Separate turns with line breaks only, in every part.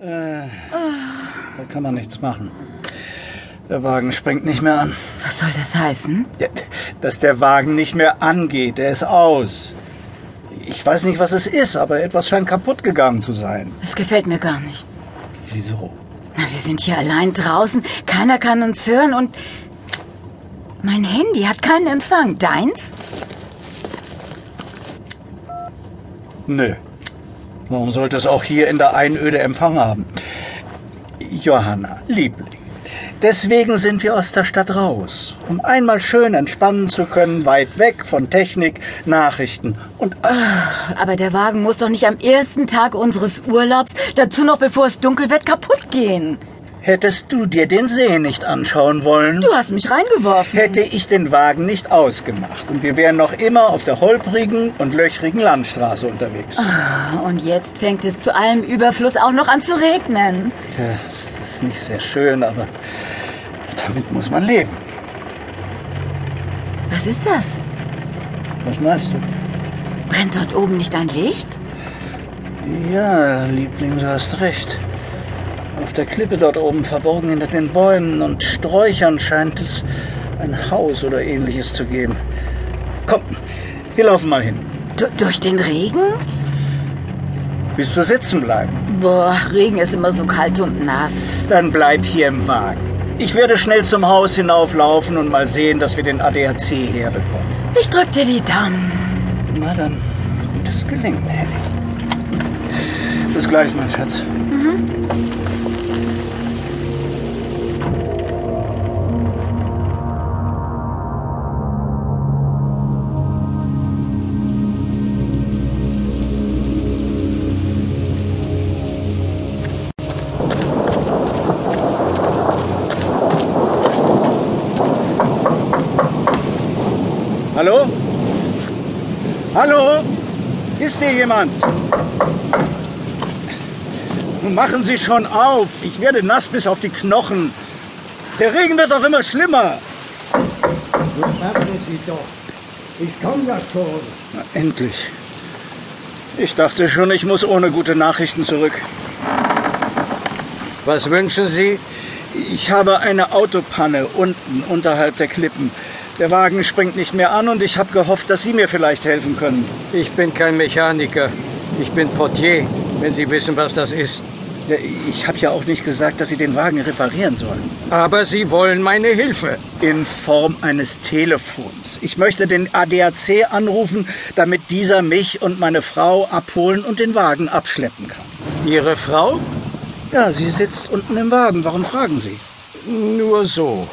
Äh, da kann man nichts machen. Der Wagen springt nicht mehr an.
Was soll das heißen?
Ja, Dass der Wagen nicht mehr angeht, er ist aus. Ich weiß nicht, was es ist, aber etwas scheint kaputt gegangen zu sein.
Das gefällt mir gar nicht.
Wieso?
Na, wir sind hier allein draußen. Keiner kann uns hören und. Mein Handy hat keinen Empfang. Deins?
Nö. Warum sollte es auch hier in der Einöde Empfang haben? Johanna, Liebling. Deswegen sind wir aus der Stadt raus, um einmal schön entspannen zu können, weit weg von Technik, Nachrichten und
Aber der Wagen muss doch nicht am ersten Tag unseres Urlaubs, dazu noch bevor es dunkel wird, kaputt gehen.
hättest du dir den See nicht anschauen wollen.
Du hast mich reingeworfen.
hätte ich den Wagen nicht ausgemacht und wir wären noch immer auf der holprigen und löchrigen Landstraße unterwegs.
Und jetzt fängt es zu allem Überfluss auch noch an zu regnen.
Tja, das ist nicht sehr schön, aber damit muss man leben.
Was ist das?
Was meinst du?
Brennt dort oben nicht ein Licht?
Ja, Liebling, du hast recht. Auf der Klippe dort oben, verborgen hinter den Bäumen und Sträuchern, scheint es ein Haus oder ähnliches zu geben. Komm, wir laufen mal hin.
Du- durch den Regen?
Willst du sitzen bleiben?
Boah, Regen ist immer so kalt und nass.
Dann bleib hier im Wagen. Ich werde schnell zum Haus hinauflaufen und mal sehen, dass wir den ADAC herbekommen.
Ich drück dir die Daumen.
Na dann, gutes Gelingen, Henny. Bis gleich, mein Schatz. Hallo? Hallo? Ist hier jemand? Nun machen Sie schon auf. Ich werde nass bis auf die Knochen. Der Regen wird doch immer schlimmer.
Warten Sie doch. Ich komme ja schon.
Na, endlich. Ich dachte schon, ich muss ohne gute Nachrichten zurück.
Was wünschen Sie?
Ich habe eine Autopanne unten unterhalb der Klippen. Der Wagen springt nicht mehr an und ich habe gehofft, dass Sie mir vielleicht helfen können.
Ich bin kein Mechaniker. Ich bin Portier, wenn Sie wissen, was das ist.
Ja, Ich habe ja auch nicht gesagt, dass Sie den Wagen reparieren sollen.
Aber Sie wollen meine Hilfe.
in Form eines Telefons. Ich möchte den ADAC anrufen, damit dieser mich und meine Frau abholen und den Wagen abschleppen kann.
Ihre Frau?
Ja, sie sitzt unten im Wagen. Warum fragen Sie?
Nur so.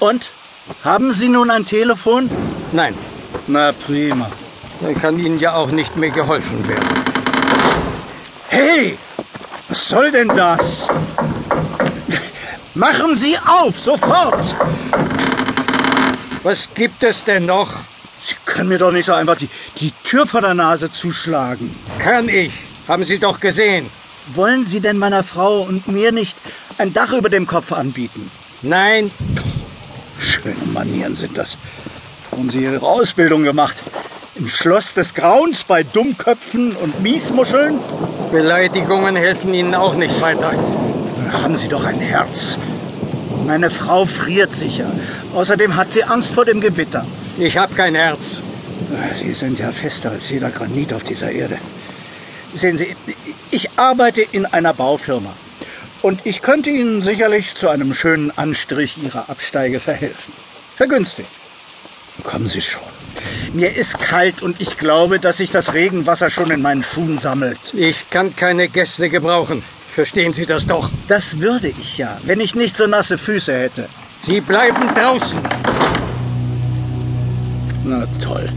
Und? Haben Sie nun ein Telefon?
Nein,
Na prima.
dann kann Ihnen ja auch nicht mehr geholfen werden.
Hey! Was soll denn das? Machen Sie auf, sofort!
Was gibt es denn noch?
Sie können mir doch nicht so einfach die, die Tür vor der Nase zuschlagen.
Kann ich? Haben Sie doch gesehen.
Wollen Sie denn meiner Frau und mir nicht ein Dach über dem Kopf anbieten?
Nein,
Schöne Manieren sind das. Haben Sie Ihre Ausbildung gemacht? Im Schloss des Grauens bei Dummköpfen und Miesmuscheln?
Beleidigungen helfen Ihnen auch nicht weiter.
Haben Sie doch ein Herz. Meine Frau friert sicher. Außerdem hat sie Angst vor dem Gewitter.
Ich habe kein Herz.
Sie sind ja fester als jeder Granit auf dieser Erde. Sehen Sie, ich arbeite in einer Baufirma. Und ich könnte Ihnen sicherlich zu einem schönen Anstrich Ihrer Absteige verhelfen. Vergünstigt. Kommen Sie schon. Mir ist kalt und ich glaube, dass sich das Regenwasser schon in meinen Schuhen sammelt.
Ich kann keine Gäste gebrauchen. Verstehen Sie das doch?
Das würde ich ja, wenn ich nicht so nasse Füße hätte.
Sie bleiben draußen.
Na toll.